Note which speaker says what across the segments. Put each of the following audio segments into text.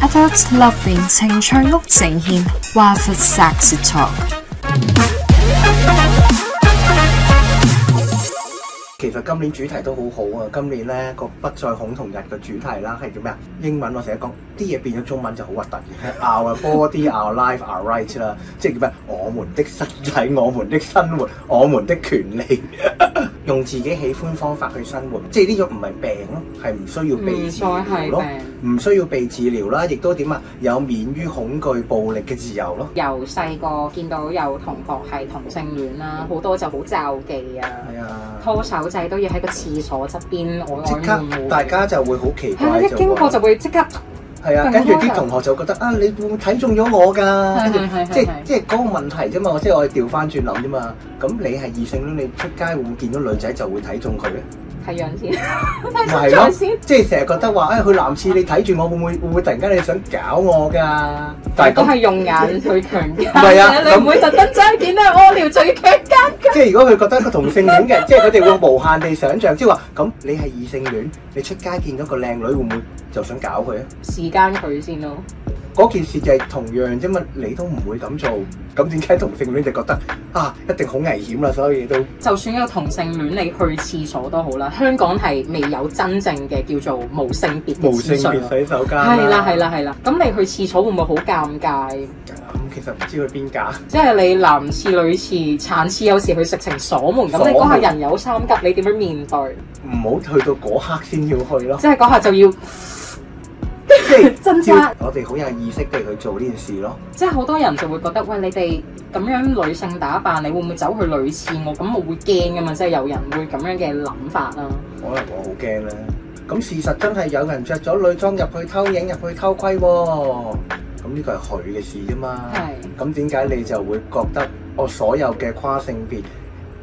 Speaker 1: Adult Loving 情趣屋呈現華佛 Sex Talk。
Speaker 2: 其實今年主題都好好啊！今年呢個不再恐同日嘅主題啦，係叫咩啊？英文我成日講啲嘢變咗中文就好核突嘅 ，our body, our life, our right 啦，即係叫咩？我們的身體，我們的生活，我們的權利， 用自己喜歡方法去生活，即係呢個唔係病咯，係唔需要被
Speaker 3: 唔
Speaker 2: 治
Speaker 3: 嗯再係
Speaker 2: 療咯，
Speaker 3: 病。
Speaker 2: 唔需要被治療啦，亦都點啊？有免於恐懼暴力嘅自由咯。
Speaker 3: 由細個見到有同學係同性戀啦，好多就好罩忌啊，
Speaker 2: 係啊，
Speaker 3: 拖手仔都要喺個廁所側邊
Speaker 2: 即
Speaker 3: 曖曖昧
Speaker 2: 刻
Speaker 3: 昧。
Speaker 2: 大家就會好奇
Speaker 3: 係啊，
Speaker 2: 怪
Speaker 3: 一經過
Speaker 2: 話
Speaker 3: 就會即刻
Speaker 2: 係啊，
Speaker 3: 更
Speaker 2: 跟住
Speaker 3: 開
Speaker 2: 啲
Speaker 3: 頭
Speaker 2: 同學就覺得啊，你會唔會睇中咗我㗎？跟
Speaker 3: 係
Speaker 2: 住
Speaker 3: 係係
Speaker 2: 即
Speaker 3: 係
Speaker 2: 係
Speaker 3: 係
Speaker 2: 即係嗰個問題啫嘛，即係我哋調翻轉諗啫嘛。咁你係異性戀，你出街會唔會見到女仔就會睇中佢咧？
Speaker 3: 睇樣先，
Speaker 2: 咪 係
Speaker 3: 睇
Speaker 2: 咯
Speaker 3: 樣先。
Speaker 2: 即係成日覺得話，誒哎佢男廁你睇住我，會唔會會唔會突然間你想搞我㗎？但係
Speaker 3: 都係
Speaker 2: 咁，
Speaker 3: 用眼去強姦
Speaker 2: 唔係啊
Speaker 3: 嘅，你唔會特登真係見到人屙尿最強姦。
Speaker 2: 即係如果佢覺得個同性戀嘅，即係佢哋會無限地想像，即係話咁你係異性戀，你出街見到個靚女會唔會就想搞佢啊？
Speaker 3: 時間佢先咯，
Speaker 2: 嗰件事就係同樣啫嘛，你都唔會咁做，咁點解同性戀就覺得啊一定好危險啦，所有嘢都
Speaker 3: 就算有同性戀，你去廁所都好啦。香港係未有真正嘅叫做無性別嘅啊
Speaker 2: 無性
Speaker 3: 廁所
Speaker 2: 別。洗手間
Speaker 3: 係啦係，啦係啦，咁你去廁所會唔會好尷尬？
Speaker 2: 咁其實唔知佢邊架，
Speaker 3: 即係你男廁女廁殘廁，有時佢直情鎖門，咁
Speaker 2: 鎖
Speaker 3: 你嗰下
Speaker 2: 門哦
Speaker 3: 人有三急，你點樣面對？
Speaker 2: 唔好去到嗰刻先要去 咯，
Speaker 3: 即係嗰下就要，
Speaker 2: 即係
Speaker 3: 真
Speaker 2: 照
Speaker 3: 㗎
Speaker 2: 我哋好有意識地去做呢件事咯。
Speaker 3: 即係好多人就會覺得，喂，你哋咁樣女性打扮，你會唔會走去女廁？我咁我會驚噶嘛，即係有人會咁樣嘅諗法啊啦。
Speaker 2: 可能我好驚啦。咁事實真係有人着咗女裝入去偷影、入去偷窺喎、咁呢個係佢嘅事啫嘛。
Speaker 3: 係
Speaker 2: 咁點解你就會覺得我所有嘅跨性別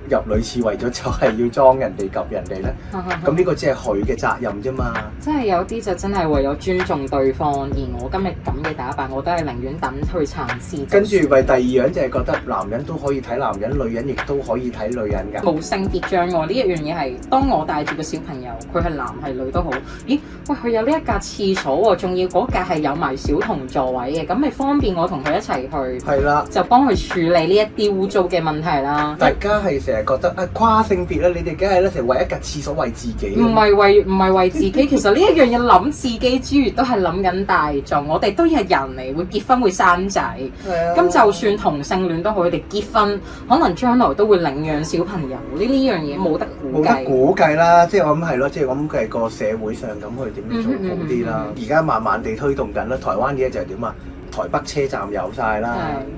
Speaker 2: 入女廁為咗就係要裝人哋及人哋呢？
Speaker 3: 嗯
Speaker 2: 咁呢個只係佢嘅責任啫嘛。
Speaker 3: 即係有啲就真係為咗尊重對方，而我今日咁嘅打扮，我都係寧願等去殘廁。
Speaker 2: 跟住咪第二樣就係覺得男人都可以睇男人，女人亦都可以睇女人㗎。
Speaker 3: 無性別障礙呢一樣嘢係，當我帶住個小朋友，佢係男係女都好，咦？喂，佢有呢一格廁所喎，啊仲要嗰格係有埋小童座位嘅，咁咪方便我同佢一齊去，
Speaker 2: 係啦，
Speaker 3: 就幫佢處理呢一啲污糟嘅問題啦。
Speaker 2: 大家係成日覺得啊跨性別咧，你哋梗係咧成日為一格廁所為自己。
Speaker 3: 嗯
Speaker 2: 啊
Speaker 3: 唔係為唔係為自己，其實呢一樣嘢諗自己之餘，都係諗緊大眾。我哋都係人嚟，會結婚會生仔。
Speaker 2: 係啊
Speaker 3: 咁就算同性戀都好，佢哋結婚可能將來都會領養小朋友。呢呢樣嘢冇得估
Speaker 2: 冇得
Speaker 3: 計。
Speaker 2: 估計啦，即係我諗係咯，即係我諗佢係個社會上咁去點樣做好啲啦
Speaker 3: 嗯嗯
Speaker 2: 而
Speaker 3: 嗯。
Speaker 2: 家慢慢地推動緊啦，台灣嘅就係點啊？台北車站有晒啦，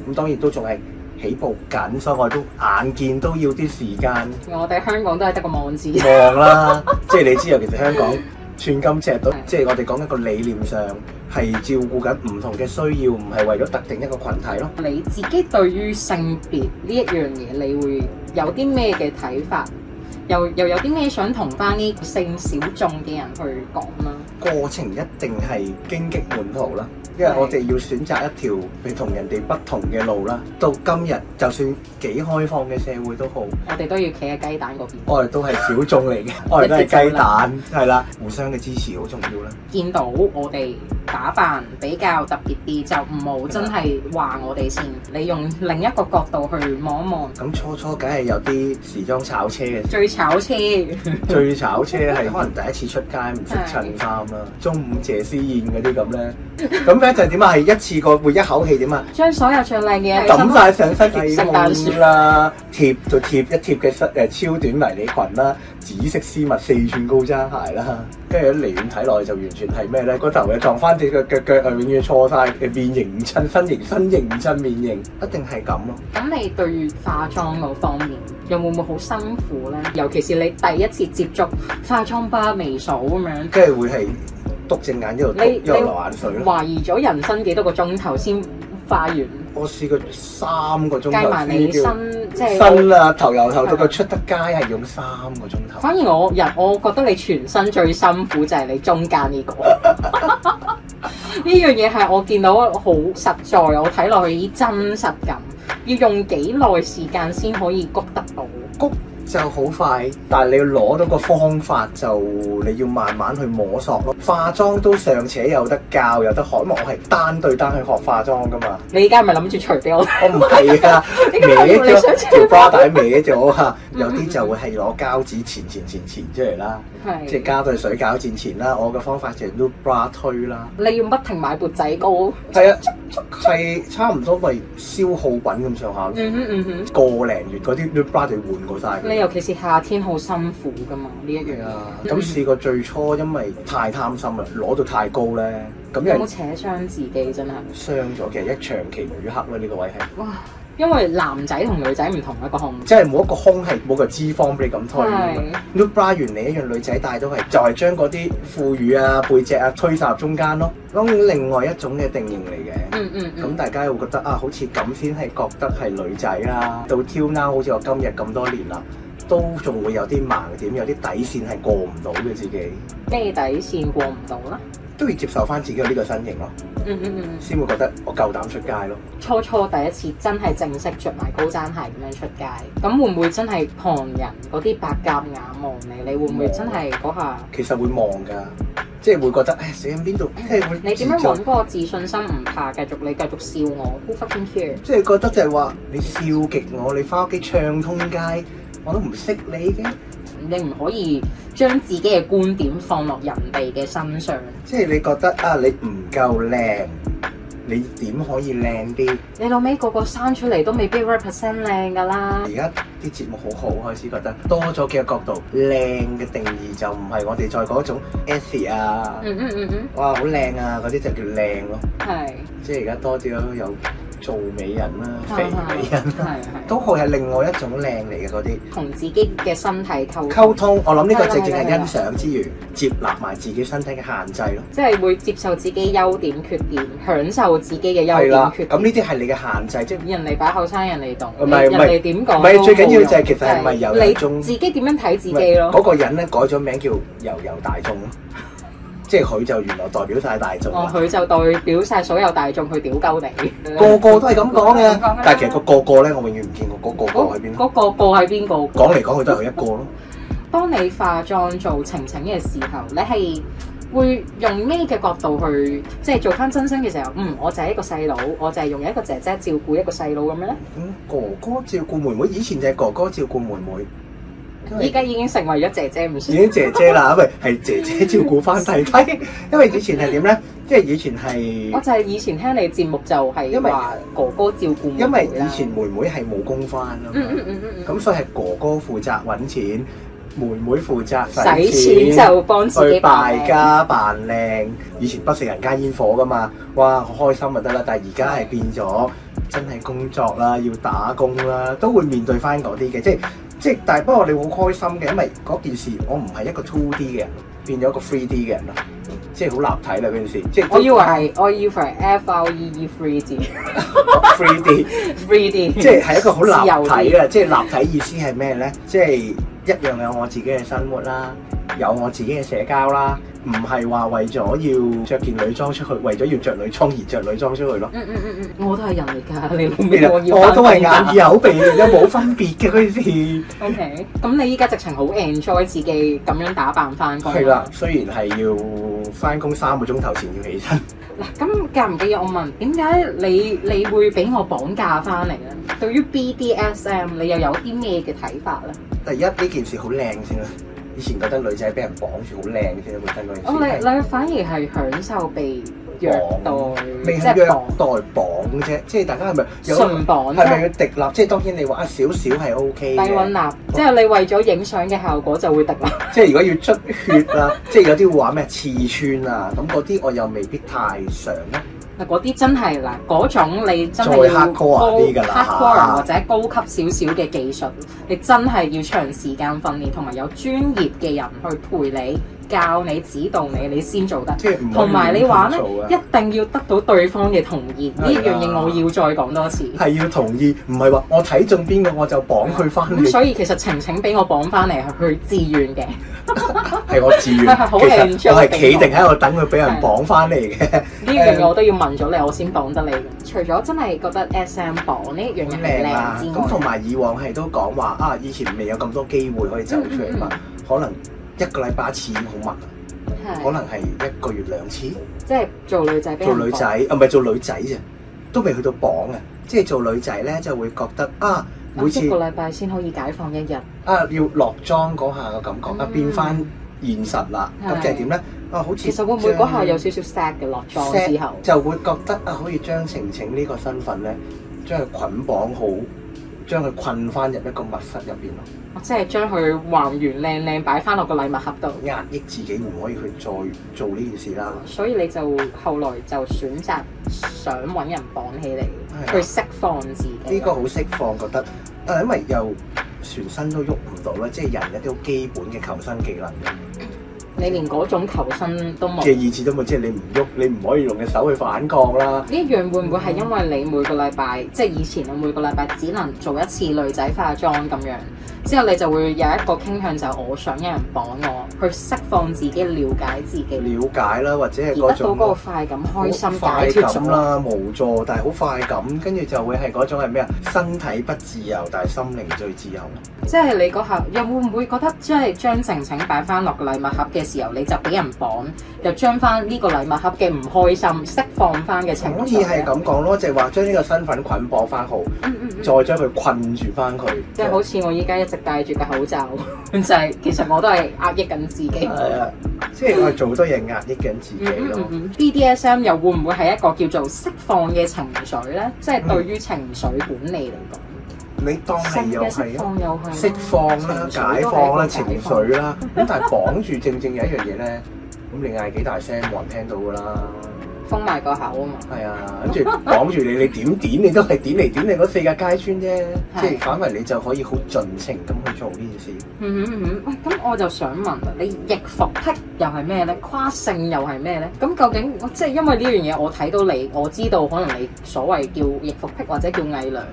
Speaker 2: 咁當然都仲係起步緊，所以我都眼見都要啲時間
Speaker 3: 我哋香港都係得個網址。
Speaker 2: 望 啦。即係你知啊，其實香港寸金尺土
Speaker 3: 係，
Speaker 2: 即係我哋講緊個理念上係照顧緊唔同嘅需要，唔係為咗特定一個群體咯。
Speaker 3: 你自己對於性別呢一樣嘢，你會有啲咩嘅睇法？又又有啲咩想同翻呢性小眾嘅人去講啦？
Speaker 2: 過程一定係荊棘滿途啦，因為
Speaker 3: 係
Speaker 2: 我哋要選擇一條你同人哋不同嘅路啦。到今日，就算幾開放嘅社會都好，
Speaker 3: 我哋都要企喺雞蛋嗰邊。
Speaker 2: 我哋都係小眾嚟嘅，我哋都係雞蛋，係啦，互相嘅支持好重要啦。
Speaker 3: 見到我哋打扮比較特別啲，就唔好真係話我哋先。你用另一個角度去望一望，
Speaker 2: 咁初初梗係有啲時裝炒車嘅，
Speaker 3: 最 炒車。
Speaker 2: 最炒車係可能第一次出街唔識襯衫啦，中午謝師宴嗰啲咁咧，咁咧就點啊？係一次過會一口氣點啊？
Speaker 3: 將所有最靚嘅嘢
Speaker 2: 抌晒上身嘅
Speaker 3: 聖誕樹
Speaker 2: 褲啦，貼就貼一貼嘅身誒超短迷你裙啦，紫色絲襪四寸高踭鞋啦，跟住離遠睇落去就完全係咩咧？個頭又撞翻隻腳腳腳係永遠錯晒，面型唔襯身形，身形唔襯面型，一定係咁咯。
Speaker 3: 咁你對於化妝嗰方面，又會唔會好辛苦呢？尤其是你第一次接觸化妝吧、微掃咁樣，
Speaker 2: 跟住會係篤隻眼一路篤
Speaker 3: 你
Speaker 2: 一路流眼水咯。
Speaker 3: 懷疑咗人生幾多個鐘頭先化完，
Speaker 2: 我試過三個鐘
Speaker 3: 計埋
Speaker 2: 頭
Speaker 3: 你
Speaker 2: 先
Speaker 3: 身
Speaker 2: 叫
Speaker 3: 即係
Speaker 2: 身。啦，頭由頭到
Speaker 3: 係
Speaker 2: 腳
Speaker 3: 啊
Speaker 2: 出得街係用三個鐘頭。
Speaker 3: 反而我人，我覺得你全身最辛苦就係你中間 呢、個。呢樣嘢係我見到好實在，我睇落去已真實感，要用幾耐時間先可以谷得到。
Speaker 2: 谷就好快，但係你要攞到個方法就你要慢慢去摸索咯。化妝都尚且有得教，有得學，因為我係單對單去學化妝噶嘛。
Speaker 3: 你而家係咪諗住除俾我？
Speaker 2: 我唔係啊，
Speaker 3: 你
Speaker 2: 歪
Speaker 3: 解你想
Speaker 2: 咗條
Speaker 3: 除
Speaker 2: bra 帶歪咗啊！
Speaker 3: 嗯
Speaker 2: 有啲就會係攞膠紙纏纏纏纏出嚟啦， 即係
Speaker 3: 係
Speaker 2: 加對水膠纏纏啦。我嘅方法就係 loop bra 推啦。
Speaker 3: 你要不停買缽仔糕。
Speaker 2: 係啊，係差唔多咪消耗品咁上下咯。
Speaker 3: 嗯哼嗯哼。
Speaker 2: 個零月嗰啲 loop bra 就換過晒佢。
Speaker 3: 你尤其是夏天好辛苦噶嘛，呢一樣
Speaker 2: 係啊，
Speaker 3: 嘢。
Speaker 2: 咁試過最初因為太貪心啦，攞到太高咧，咁
Speaker 3: 有
Speaker 2: 又
Speaker 3: 冇扯傷自己真係？
Speaker 2: 傷咗嘅，一長期淤黑啦呢個位係，
Speaker 3: 哇！因為男仔同女仔唔同一個控制，
Speaker 2: 即係冇一個胸係冇個脂肪俾你咁推。
Speaker 3: 係
Speaker 2: l u bra 原理一樣，女仔戴都係就係將嗰啲副乳啊、背脊啊推晒入中間咯。當然另外一種嘅定型嚟嘅。
Speaker 3: 嗯嗯
Speaker 2: 咁
Speaker 3: 嗯，
Speaker 2: 大家會覺得啊，好似咁先係覺得係女仔啦。到 till now，好似我今日咁多年啦，都仲會有啲盲點，有啲底線係過唔到嘅自己，
Speaker 3: 咩底線過唔到啦？
Speaker 2: 都要接受翻自己有呢個身形咯。
Speaker 3: 嗯嗯嗯，
Speaker 2: 先會覺得我夠膽出街咯。
Speaker 3: 初初第一次真係正式着埋高踭鞋咁樣出街，咁會唔會真係旁人嗰啲白鴿眼望你？你會唔會真係嗰下？
Speaker 2: 其實會望㗎，即係會覺得誒死喺邊度，即係會
Speaker 3: 嗯你點樣
Speaker 2: 自作
Speaker 3: 揾嗰個自信心唔怕？繼續你繼續笑我，Who fucking care？
Speaker 2: 即係覺得就係話你笑極我，你翻屋企唱通街，我都唔識你嘅。
Speaker 3: 你唔可以將自己嘅觀點放落人哋嘅身上。
Speaker 2: 即係你覺得啊，你唔夠靚，你點可以靚啲？
Speaker 3: 你老尾個個生出嚟都未必 represent 靚噶啦
Speaker 2: 而，家啲節目好好，開始覺得多咗幾個角度，靚嘅定義就唔係我哋再嗰種 ethnic 啊，
Speaker 3: 嗯嗯嗯嗯，
Speaker 2: 哇好靚啊嗰啲就叫靚咯。
Speaker 3: 係，
Speaker 2: 即係而家多咗有做美人啦、
Speaker 3: 啊
Speaker 2: 肥美人啦。
Speaker 3: 係係，
Speaker 2: 都好係另外一種靚嚟嘅嗰啲
Speaker 3: 同自己嘅身體溝
Speaker 2: 溝，通，我諗呢個正正
Speaker 3: 係啦係啦
Speaker 2: 係欣賞之餘，接納埋自己身體嘅限制咯。
Speaker 3: 即係會接受自己優點缺點，享受自己嘅
Speaker 2: 係啦
Speaker 3: 優點，缺
Speaker 2: 咁
Speaker 3: 點。
Speaker 2: 呢啲係你嘅限制，即係
Speaker 3: 人哋擺後生，人哋懂，
Speaker 2: 唔
Speaker 3: 人
Speaker 2: 係唔係
Speaker 3: 哋點講
Speaker 2: 唔係
Speaker 3: 都
Speaker 2: 最緊要
Speaker 3: 冇用
Speaker 2: 就係其實係咪有一
Speaker 3: 你
Speaker 2: 種
Speaker 3: 自己點樣睇自
Speaker 2: 唔係
Speaker 3: 己咯？
Speaker 2: 嗰個人咧改咗名叫悠悠大眾咯， 即係佢就原來代表晒大眾
Speaker 3: 哦，
Speaker 2: 啦。
Speaker 3: 佢就代表晒所有大眾去屌鳩你，
Speaker 2: 個個都係咁講
Speaker 3: 咁講㗎啦
Speaker 2: 嘅，但係其實個個個咧，我永遠唔見過嗰個個
Speaker 3: 嗰
Speaker 2: 喺邊咯。
Speaker 3: 嗰個個係邊個？
Speaker 2: 講嚟講去都係佢一個咯。
Speaker 3: 當你化妝做晴晴嘅時候，你係會用咩嘅角度去，即係做翻真身嘅時候？嗯，我就係一個細佬，我就係用一個姐姐照顧一個細佬咁樣咧。
Speaker 2: 咁哥哥照顧妹妹，以前就係哥哥照顧妹妹，因為
Speaker 3: 依家已經成為咗姐姐，唔
Speaker 2: 已
Speaker 3: 算
Speaker 2: 經姐姐 啦，因為係姐姐照顧翻弟弟。 因為以前係點咧？即係以前
Speaker 3: 我
Speaker 2: 係
Speaker 3: 就係以前聽你節目就係
Speaker 2: 因為
Speaker 3: 話哥哥照顧妹妹啦
Speaker 2: 因為以前妹妹係冇工翻啊
Speaker 3: 嗯嗯
Speaker 2: 嘛，
Speaker 3: 嗯嗯嗯
Speaker 2: 咁所以係哥哥負責揾錢，妹妹負責使
Speaker 3: 使錢
Speaker 2: 錢。
Speaker 3: 就幫自己
Speaker 2: 去敗
Speaker 3: 㗎。
Speaker 2: 家扮靚，以前不食人間煙火噶嘛，哇開心就得啦。但係而家係變咗，真係工作啦，要打工啦，都會面對翻嗰啲嘅，即係即係。但係不過你好開心嘅，因為嗰件事我唔係一個 two D 嘅人，變咗一個 three D 嘅人啦，即係好立體啦嗰件事。即係
Speaker 3: 我以為係我以為係 F R E E three D
Speaker 2: three D。
Speaker 3: three D，
Speaker 2: 即係係一個好
Speaker 3: 自
Speaker 2: 立
Speaker 3: 由
Speaker 2: 體啊！即係立體意思係咩呢？即係一樣有我自己嘅生活啦，有我自己嘅社交啦，唔係話為咗要着件女裝出去，為咗要着女裝而着女裝出去咯。
Speaker 3: 嗯嗯嗯嗯，我都係人嚟㗎，你老
Speaker 2: 其
Speaker 3: 味
Speaker 2: 實
Speaker 3: 我要
Speaker 2: 我都係眼
Speaker 3: 返工㗎
Speaker 2: 耳口鼻都冇分別嘅嗰 件事。
Speaker 3: O K，咁你依家直情好 enjoy 自己咁樣打扮翻工。
Speaker 2: 係啦，，雖然係要翻工三個鐘頭前要起身，
Speaker 3: 嗱，咁介唔介意我問點解你你會俾我綁架翻嚟咧？對於 BDSM，你又有啲咩嘅睇法咧？
Speaker 2: 第一呢件事好靚先啦。以前覺得女仔俾人綁住好靚先啦，本身嗰件事。
Speaker 3: 哦，你你反而係享受被虐待，
Speaker 2: 未
Speaker 3: 即
Speaker 2: 係
Speaker 3: 係
Speaker 2: 哦虐
Speaker 3: 綁
Speaker 2: 待綁啫，即係大家係咪有
Speaker 3: 純
Speaker 2: 係
Speaker 3: 綁
Speaker 2: 咪
Speaker 3: 啫，
Speaker 2: 要滴立？即係當然你話啊少少係 O
Speaker 3: 低
Speaker 2: K
Speaker 3: 溫啊
Speaker 2: 嘅，
Speaker 3: 蠟，即係你為咗影相嘅效果就會滴蠟。
Speaker 2: 即係如果要出血啊， 即係有啲會話咩刺穿啊，咁嗰啲我又未必太常啊啦。
Speaker 3: 嗱，嗰啲真係嗱，嗰種你真係
Speaker 2: 再
Speaker 3: 要
Speaker 2: hardcore 啲㗎啦
Speaker 3: hardcore 或者高級少少嘅技術，你真係要長時間訓練，同埋有專業嘅人去陪你、教你、指導你，你先做得。
Speaker 2: 即係唔可以
Speaker 3: 同埋你
Speaker 2: 亂咁
Speaker 3: 話呢，
Speaker 2: 做啊
Speaker 3: 一定要得到對方嘅同意，
Speaker 2: 係
Speaker 3: 呢樣嘢
Speaker 2: 啊
Speaker 3: 我要再講多次。
Speaker 2: 係啊要同意，唔係話我睇中邊個我就綁佢翻
Speaker 3: 咁
Speaker 2: 嚟，
Speaker 3: 所以其實晴晴俾我綁翻嚟係佢自願嘅，
Speaker 2: 係我自願。
Speaker 3: 係係好
Speaker 2: 其
Speaker 3: enjoy
Speaker 2: 實我係企定喺度等佢俾人綁翻嚟嘅，
Speaker 3: 呢一樣嘢我都要問咗你，我先綁得你。除咗真係覺得 SM 綁呢一樣嘢係靚
Speaker 2: 啦。
Speaker 3: 之
Speaker 2: 啊咁同
Speaker 3: 外，
Speaker 2: 埋以往係都講話啊，以前未有咁多機會可以走出嚟
Speaker 3: 嗯
Speaker 2: 嘛，可能一個禮拜一次已經好密，可
Speaker 3: 係
Speaker 2: 能係一個月兩次。
Speaker 3: 即係做女仔俾人
Speaker 2: 做女仔，
Speaker 3: 綁
Speaker 2: 啊唔係做女仔啫，都未去到綁啊！即係做女仔咧就會覺得啊，每
Speaker 3: 一
Speaker 2: 次
Speaker 3: 個禮拜先可以解放一日。
Speaker 2: 啊要落妝嗰下嘅感覺啊
Speaker 3: 嗯
Speaker 2: 變翻現實啦，
Speaker 3: 係
Speaker 2: 咁就係點咧？啊，好似
Speaker 3: 其實會唔會嗰下有
Speaker 2: 將
Speaker 3: 少少 sad 嘅落妝之後？
Speaker 2: 就會覺得啊，可以將晴晴呢個身份咧，將佢捆綁好，將佢困翻入一個密室入邊咯，
Speaker 3: 即係將佢還原靚靚擺翻落個禮物盒度。
Speaker 2: 壓抑自己唔可以去再做呢件事啦。
Speaker 3: 所以你就後來就選擇想揾人綁起
Speaker 2: 係啊
Speaker 3: 你，去釋放自己。
Speaker 2: 呢個好釋放，覺得啊，因為又全身都喐唔到啦，即係人一啲好基本嘅求生技能嘅。
Speaker 3: 你連嗰種求生都冇。
Speaker 2: 嘅意志都冇，即係你唔喐，你唔可以用嘅手去反抗啦。
Speaker 3: 呢一樣會唔會係因為你每個禮拜，即係以前你每個禮拜只能做一次女仔化妝咁樣，之後你就會有一個傾向就係我想有人綁我，去釋放自己、了解自己，
Speaker 2: 了解啦，或者係
Speaker 3: 而得
Speaker 2: 嗰
Speaker 3: 到嗰個
Speaker 2: 種
Speaker 3: 快感、開心、
Speaker 2: 好
Speaker 3: 解
Speaker 2: 快
Speaker 3: 脱咗
Speaker 2: 感。啦，無助，但係好快感，跟住就會係嗰種係咩啊？身體不自由，但係心靈最自由。
Speaker 3: 即係你嗰下又會唔會覺得，即係將晴晴擺翻落個禮物盒嘅時候，你就俾人綁，又將翻呢個禮物盒嘅唔開心釋放翻嘅情緒。啊
Speaker 2: 可以係咁講咯，就係話將呢個身份捆綁翻好，
Speaker 3: 嗯，嗯嗯
Speaker 2: 再將佢困住翻佢。
Speaker 3: 即係好似我依家一直戴住嘅口罩，就係其實我都係壓抑緊自己。
Speaker 2: 係啊，即係我係做好多嘢壓抑緊自己
Speaker 3: 嗯
Speaker 2: 咯
Speaker 3: 嗯。嗯 BDSM 又會唔會係一個叫做釋放嘅情緒呢？即係對於情緒管理嚟
Speaker 2: 你當
Speaker 3: 講，
Speaker 2: 係
Speaker 3: 性
Speaker 2: 又
Speaker 3: 嘅
Speaker 2: 係啊
Speaker 3: 釋放又係
Speaker 2: 釋放啦、
Speaker 3: 情緒都係
Speaker 2: 解
Speaker 3: 一個
Speaker 2: 放啦、
Speaker 3: 解
Speaker 2: 情
Speaker 3: 放
Speaker 2: 緒啦。咁但係綁住正正有一樣嘢咧，咁你嗌幾大聲冇人聽到㗎啦。
Speaker 3: 封埋個口啊嘛。
Speaker 2: 係啊，跟住綁住你，你點點你都係點嚟點去嗰四個街村啫。
Speaker 3: 係
Speaker 2: 即係反為你就可以好盡情咁去做呢件事。
Speaker 3: 嗯哼嗯哼，喂，咁我就想問啦，你逆服癖又係咩呢？跨性又係咩呢？咁究竟即係因為呢樣嘢，我睇到你，我知道可能你所謂叫逆服癖或者叫偽娘啦，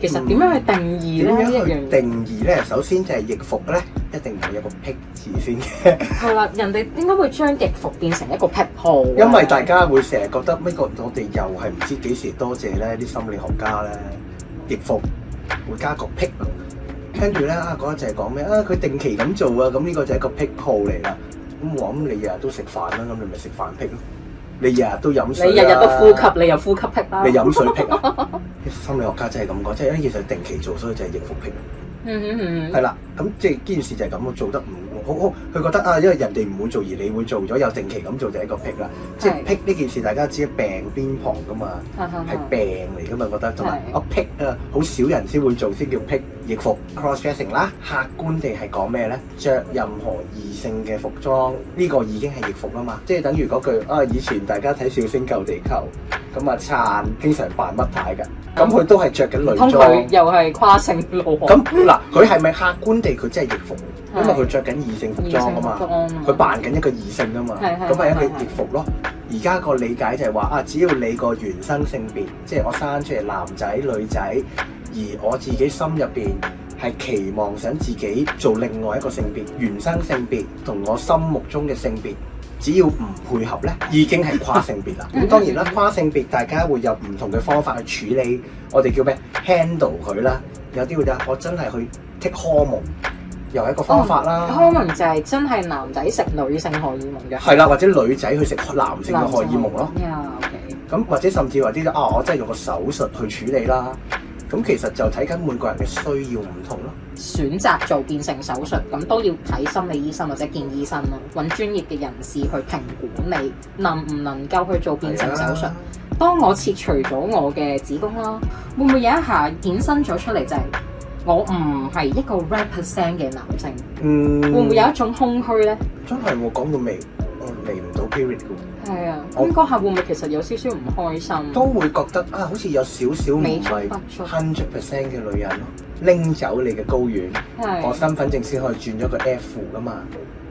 Speaker 3: 其實點樣去定義
Speaker 2: 點
Speaker 3: 呢？呢一
Speaker 2: 樣去
Speaker 3: 樣嘢
Speaker 2: 定義咧？首先就係逆服咧，一定會有個癖字先，
Speaker 3: 係啦，人哋點解會將逆服變成一個癖好啊呢？
Speaker 2: 因為大家會成日覺得呢個我哋又係唔知幾時多謝咧啲心理學家咧逆服會加個癖。跟住咧啊，嗰一就係講咩啊？佢定期咁做啊，咁呢個就係一個癖好嚟啦。咁我諗你日日都食飯啦，咁你咪食飯癖咯。你日日都飲
Speaker 3: 你
Speaker 2: 水
Speaker 3: 日日都
Speaker 2: 啊
Speaker 3: 呼吸，你又呼吸癖啦。
Speaker 2: 你飲水癖 啊？心理學家真係咁講，即係呢件事定期做，所以就係逆服癖。
Speaker 3: 嗯嗯嗯
Speaker 2: 係啦，咁即係呢件事就係咁，做得唔好好，佢覺得啊，因為人哋唔會做，而你會做咗，有定期咁做就係一個癖啦。即係
Speaker 3: 係
Speaker 2: 癖呢件事，大家知病邊旁噶嘛，
Speaker 3: 哈哈哈
Speaker 2: 係病嚟噶嘛，覺得同埋
Speaker 3: 係
Speaker 2: 啊癖啊，好少人先會做，先叫癖逆服 cross dressing 啦。客觀地係講咩咧？着任何異性嘅服裝，呢、個已經係逆服啦嘛。即係等於嗰句啊，以前大家睇《小星救地球》，咁啊撐經常扮乜太㗎，咁佢都係着緊
Speaker 3: 唔
Speaker 2: 女
Speaker 3: 通
Speaker 2: 裝
Speaker 3: 佢。又係跨性路喎？
Speaker 2: 咁嗱，佢係咪客觀地佢真係逆服？因
Speaker 3: 係
Speaker 2: 為佢着緊異性服
Speaker 3: 異
Speaker 2: 裝啊
Speaker 3: 性
Speaker 2: 嘛，
Speaker 3: 裝
Speaker 2: 佢扮緊一個異性啊嘛，
Speaker 3: 係係
Speaker 2: 咁係一個
Speaker 3: 係係
Speaker 2: 逆服咯。而家個理解就係話啊，只要你個原生性別，即係我生出嚟男仔女仔，而我自己心入邊係期望想自己做另外一個性別，原生性別同我心目中嘅性別。只要唔配合呢，已經係跨性別啦。咁當然啦，跨性別大家會有唔同嘅方法去處理，我哋叫咩 handle 佢啦。有啲會就我真係去 take hormone，又係一個方法啦。
Speaker 3: 可能就係真係男仔食女性荷爾蒙嘅，
Speaker 2: 係啦，或者女仔去食男性嘅荷爾蒙咯。
Speaker 3: 呀，OK，
Speaker 2: 咁或者甚至話啲啊，我真係用個手術去處理啦。咁其實就睇緊每個人嘅需要唔同咯。
Speaker 3: 選擇做變性手術，咁都要睇心理醫生或者見醫生咯，揾專業嘅人士去評估你能唔能夠去做變性手
Speaker 2: 係
Speaker 3: 術
Speaker 2: 啊。
Speaker 3: 當我切除咗我嘅子宮啦，會唔會有一下衍生咗出嚟就係我唔係一個 r e p e r c e n t 嘅男性，
Speaker 2: 嗯，
Speaker 3: 會唔會有一種空虛呢？
Speaker 2: 真係我講到未，我嚟唔到 period 嘅喎
Speaker 3: 係啊，
Speaker 2: 我
Speaker 3: 咁嗰下會唔會其實有少少唔開心？
Speaker 2: 都會覺得啊，好似有少少唔
Speaker 3: 美中
Speaker 2: 係
Speaker 3: 不足
Speaker 2: hundred percent 嘅女人咯，拎走你嘅睾丸。我
Speaker 3: 係
Speaker 2: 身份證先可以轉咗個 F 噶嘛。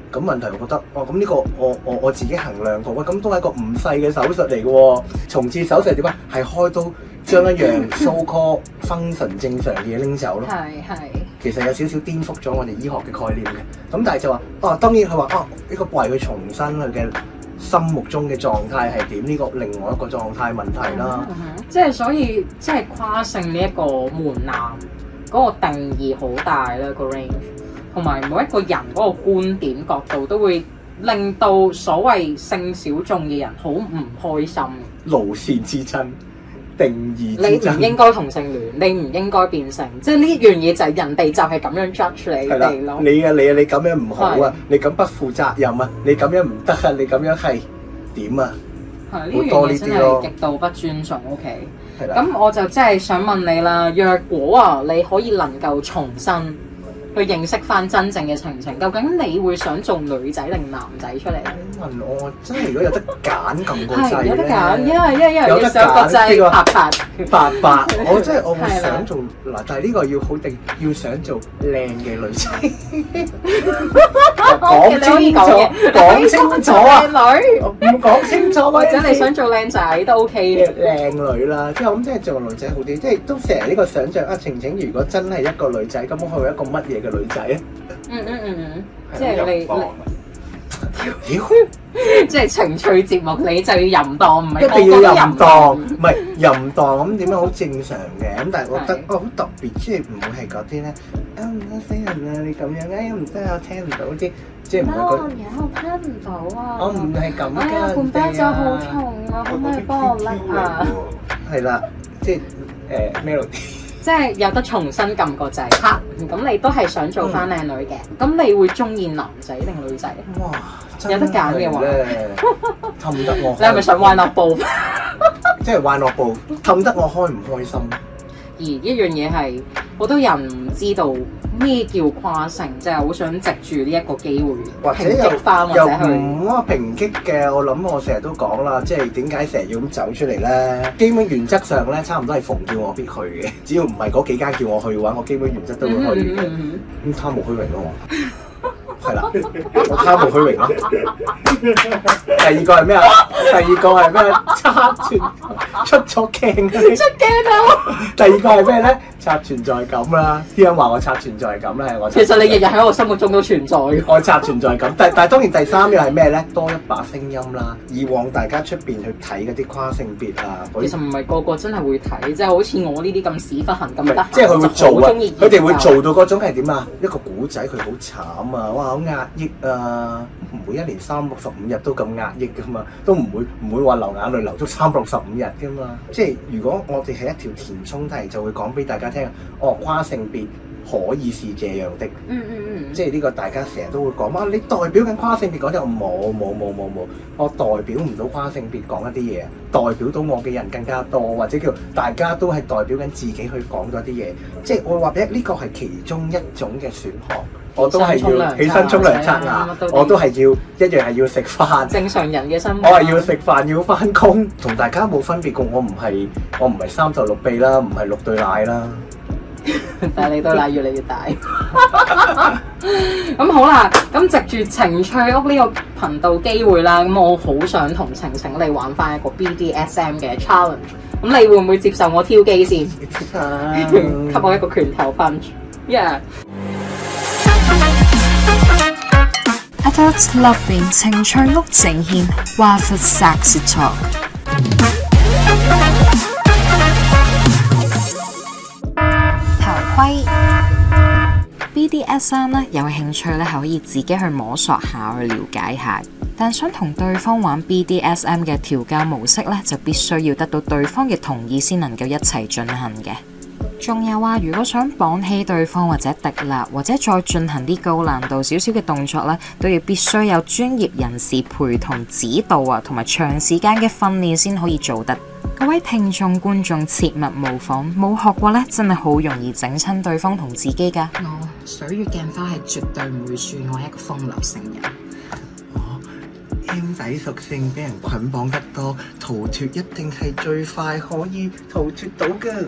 Speaker 2: 咁問題我覺得，哦咁呢個我我我自己衡量過，喂咁都係一個唔細嘅手術嚟嘅喎。重置手術點啊？係開刀將一 樣 so call function 正常嘅嘢拎走咯。
Speaker 3: 係係。
Speaker 2: 其實有少少顛覆咗我哋醫學嘅概念嘅。咁但係就話，哦當然佢話，哦呢個為佢重新佢嘅心目中嘅狀態係點？呢個另外一個狀態問題
Speaker 3: 嗯
Speaker 2: 啦。
Speaker 3: 即係所以，即係跨性呢一個門檻嗰、個定義好大啦，個 range，同埋每一個人嗰個觀點角度都會令到所謂性小眾嘅人好唔開心。
Speaker 2: 路線之爭、定義
Speaker 3: 你
Speaker 2: 之
Speaker 3: 唔
Speaker 2: 爭
Speaker 3: 應，該同性戀，你唔應該變性，即係呢樣嘢就係人哋就係咁樣 judge 你
Speaker 2: 係啦，
Speaker 3: 哋咯。
Speaker 2: 你啊你啊你咁樣唔好
Speaker 3: 係
Speaker 2: 啊，你咁不負責任啊，你咁樣唔得啊，你咁樣係點啊？
Speaker 3: 係呢
Speaker 2: 會
Speaker 3: 樣
Speaker 2: 多呢
Speaker 3: 嘢
Speaker 2: 啲
Speaker 3: 真
Speaker 2: 咯
Speaker 3: 係極度不尊重屋企。
Speaker 2: 係啦，
Speaker 3: 咁我就真係想問你啦，若果啊，你可以能夠重新去認識翻真正嘅情情，究竟你會想做女仔定男仔出嚟？
Speaker 2: 你問我真係如果有得揀咁個掣
Speaker 3: 係
Speaker 2: 咧，
Speaker 3: 有得揀，因為因為因
Speaker 2: 有
Speaker 3: 為
Speaker 2: 得
Speaker 3: 要上國
Speaker 2: 揀呢
Speaker 3: 際
Speaker 2: 個
Speaker 3: 拍拍，
Speaker 2: 白 白，我真係我會
Speaker 3: 係啦
Speaker 2: 想做嗱，但係呢個要好定，要想做靚嘅女 仔，講
Speaker 3: 你可以
Speaker 2: 清楚講
Speaker 3: 講嘅，
Speaker 2: 清楚 啊！
Speaker 3: 你可以講
Speaker 2: 唔講清楚，
Speaker 3: 靚女，或者你想做靚仔都 OK 嘅。
Speaker 2: 靚女啦，即係我諗即係做個女仔好啲，即係都成日呢個想像啊！晴晴如果真係一個女仔，咁我係一個乜嘢嘅女仔咧？
Speaker 3: 嗯嗯嗯
Speaker 2: 啊
Speaker 3: 即係你
Speaker 4: 即係你
Speaker 2: 屌，
Speaker 3: 嗯，即係情趣節目你就要淫蕩，唔係
Speaker 2: 一定要淫蕩，
Speaker 3: 蕩。
Speaker 2: 唔係淫蕩咁點樣好正常嘅，咁但係我覺得
Speaker 3: 係
Speaker 2: 哦好特別，即係唔會係嗰啲咧啊唔得死人啊！你咁樣哎呀唔得啊，我聽唔到啲，即係唔係嗰
Speaker 3: 我聽唔到啊
Speaker 2: 我唔係咁
Speaker 3: 哎呀，罐啤
Speaker 2: 㗎，啊
Speaker 3: 酒好重啊，可唔可以幫我拎啊？
Speaker 2: 係啦，即係誒 Melody
Speaker 3: 即係有得重新撳個掣，嚇！咁你都係想做翻靚女嘅，
Speaker 2: 嗯
Speaker 3: 咁你會中意男仔定女仔？啊
Speaker 2: 哇，
Speaker 3: 有得揀嘅
Speaker 2: 真
Speaker 3: 話
Speaker 2: 係咧，氹得我
Speaker 3: 你係咪想玩落步？而
Speaker 2: 即係玩樂部氹得我開唔開心？
Speaker 3: 一樣嘢係好多人唔知道咩叫跨性，即係好想藉住呢一個機會
Speaker 2: 或者
Speaker 3: 抨
Speaker 2: 又
Speaker 3: 擊翻或
Speaker 2: 又
Speaker 3: 者去。
Speaker 2: 唔啊抨擊嘅，我諗我成日都講啦，即係點解成日要咁走出嚟咧？基本原則上咧，差唔多係逢叫我必去嘅， 只要唔係嗰幾間叫我去嘅話，我基本原則都會
Speaker 3: 嗯
Speaker 2: 去
Speaker 3: 嗯
Speaker 2: 嘅。
Speaker 3: 嗯
Speaker 2: 咁貪慕虛榮咯，我係啦，我貪慕虛榮咯。 第二個係咩啊？第二個係咩？插存出咗鏡嗰啲
Speaker 3: 出鏡啊啦！
Speaker 2: 第二個係咩咧？刷存在感啦，啲人話我刷存在感咧，係我刷
Speaker 3: 其實你
Speaker 2: 存
Speaker 3: 日日
Speaker 2: 在感
Speaker 3: 喺我心目中都存在嘅。
Speaker 2: 我刷存在感，但但當然第三樣係咩咧？多一把聲音啦。以往大家出邊去睇嗰啲跨性別啊，嗰
Speaker 3: 其
Speaker 2: 啲
Speaker 3: 實唔係個個真係會睇，即係好似我呢啲咁屎忽痕咁得閒，
Speaker 2: 即係佢會做啊，佢哋會
Speaker 3: 做。
Speaker 2: 做到嗰種係點啊？一個古仔佢好慘啊，哇好壓抑啊，唔會一年三百六十五日都咁壓抑噶嘛，都唔會唔會話流眼淚流足三百六十五日噶嘛。即係如果我哋係一條填充題，就會講俾大家聽，哦跨性別可以是這樣的。
Speaker 3: 嗯嗯嗯，
Speaker 2: 即係呢個大家成日都會講啊，你代表緊跨性別講啲，我冇冇冇冇冇，我代表唔到跨性別講一啲嘢，代表到我嘅人更加多，或者叫大家都係代表緊自己去講咗啲嘢，即係我話俾你呢個係其中一種嘅選項，我都係要
Speaker 3: 起
Speaker 2: 起
Speaker 3: 身
Speaker 2: 身
Speaker 3: 沖
Speaker 2: 沖
Speaker 3: 涼嗯
Speaker 2: 涼刷
Speaker 3: 刷牙
Speaker 2: 牙
Speaker 3: 乜都，
Speaker 2: 我都係要一樣係要食飯。
Speaker 3: 正常人嘅生活
Speaker 2: 我
Speaker 3: 啊。
Speaker 2: 係要食飯要翻工，同大家冇分別嘅。我唔係我唔係三頭六臂啦，唔係六對奶啦。
Speaker 3: 但係你對奶越嚟越大。 咁好啦，咁藉住情趣屋呢個頻道機會啦，咁我好想同晴晴你玩翻一個 BDSM 嘅 challenge。咁你會唔會接受我挑機先？
Speaker 2: 嗯
Speaker 3: 給我一個拳頭 punch。Yeah，
Speaker 1: Adult Loving 情趣屋呈現華佛 Sex Talk。頭盔 BDSM 咧，有興趣咧係可以自己去摸索下去了解下，但想同對方玩 BDSM 嘅調教模式咧，就必須要得到對方嘅同意先能夠一齊進行嘅。仲有啊，如果想綁起對方或者滴立，或者再進行啲高難度少少嘅動作呢，都要必須有專業人士陪同指導啊，同埋長時間嘅訓練先可以做得。各位聽眾觀眾切勿模仿，冇學過呢，真係好容易整親對方同自己噶。我水月鏡花係絕對唔會算我一個風流成人。
Speaker 2: M 仔屬性俾人捆綁得多，逃脱一定係最快可以逃脱到嘅。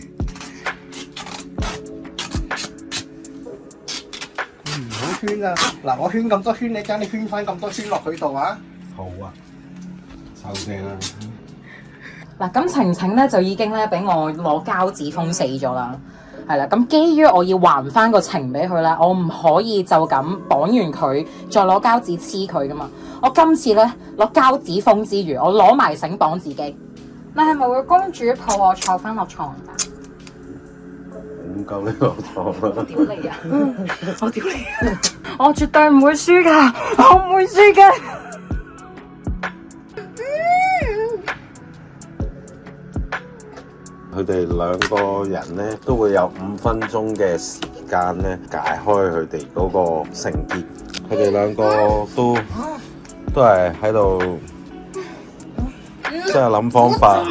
Speaker 2: 唔好圈啊！嗱，我圈咁多圈，你間你圈翻咁多圈落佢度啊！
Speaker 4: 好啊，收聲啦。
Speaker 3: 嗱，咁晴晴咧就已經咧俾我攞膠紙封死咗啦，係啦。咁基於我要還翻個情俾佢咧，我唔可以就咁綁完佢，再攞膠紙黐佢噶嘛。我今次咧攞膠紙封之餘，我攞埋繩綁自己。你係咪會公主抱我坐翻落床㗎？
Speaker 4: 咁夠呢落堂啦。
Speaker 3: 屌你啊！我屌你啊！我絕對唔會輸㗎，我唔會輸嘅。
Speaker 4: 佢哋兩個人咧都會有五分鐘嘅時間咧解開佢哋嗰個成結。佢哋兩個都都係喺度，即係諗方法。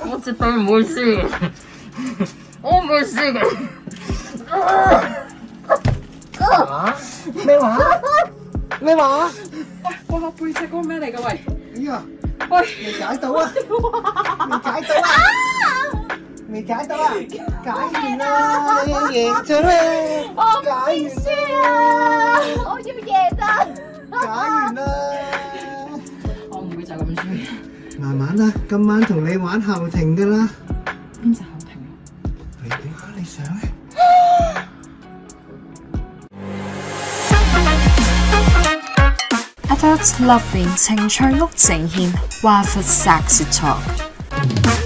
Speaker 3: 我絕對唔會輸嘅，我唔會輸嘅。
Speaker 2: 啊？咩話？咩話？
Speaker 3: 哇！背脊嗰個咩嚟㗎喂？
Speaker 2: 哎呀，
Speaker 3: 喂！
Speaker 2: 未解到啊！未解到啊！未解到啊！解完啦，你贏咗啦！解完啦！
Speaker 5: 我要贏啊！
Speaker 2: 解完啦！
Speaker 3: 我唔會就咁輸。
Speaker 2: 慢慢啦，今晚同你玩後庭噶啦。
Speaker 3: 邊隻後庭？
Speaker 2: 你點解你想咧？
Speaker 1: Adult Loving 情趣屋呈現華服 Sex Talk。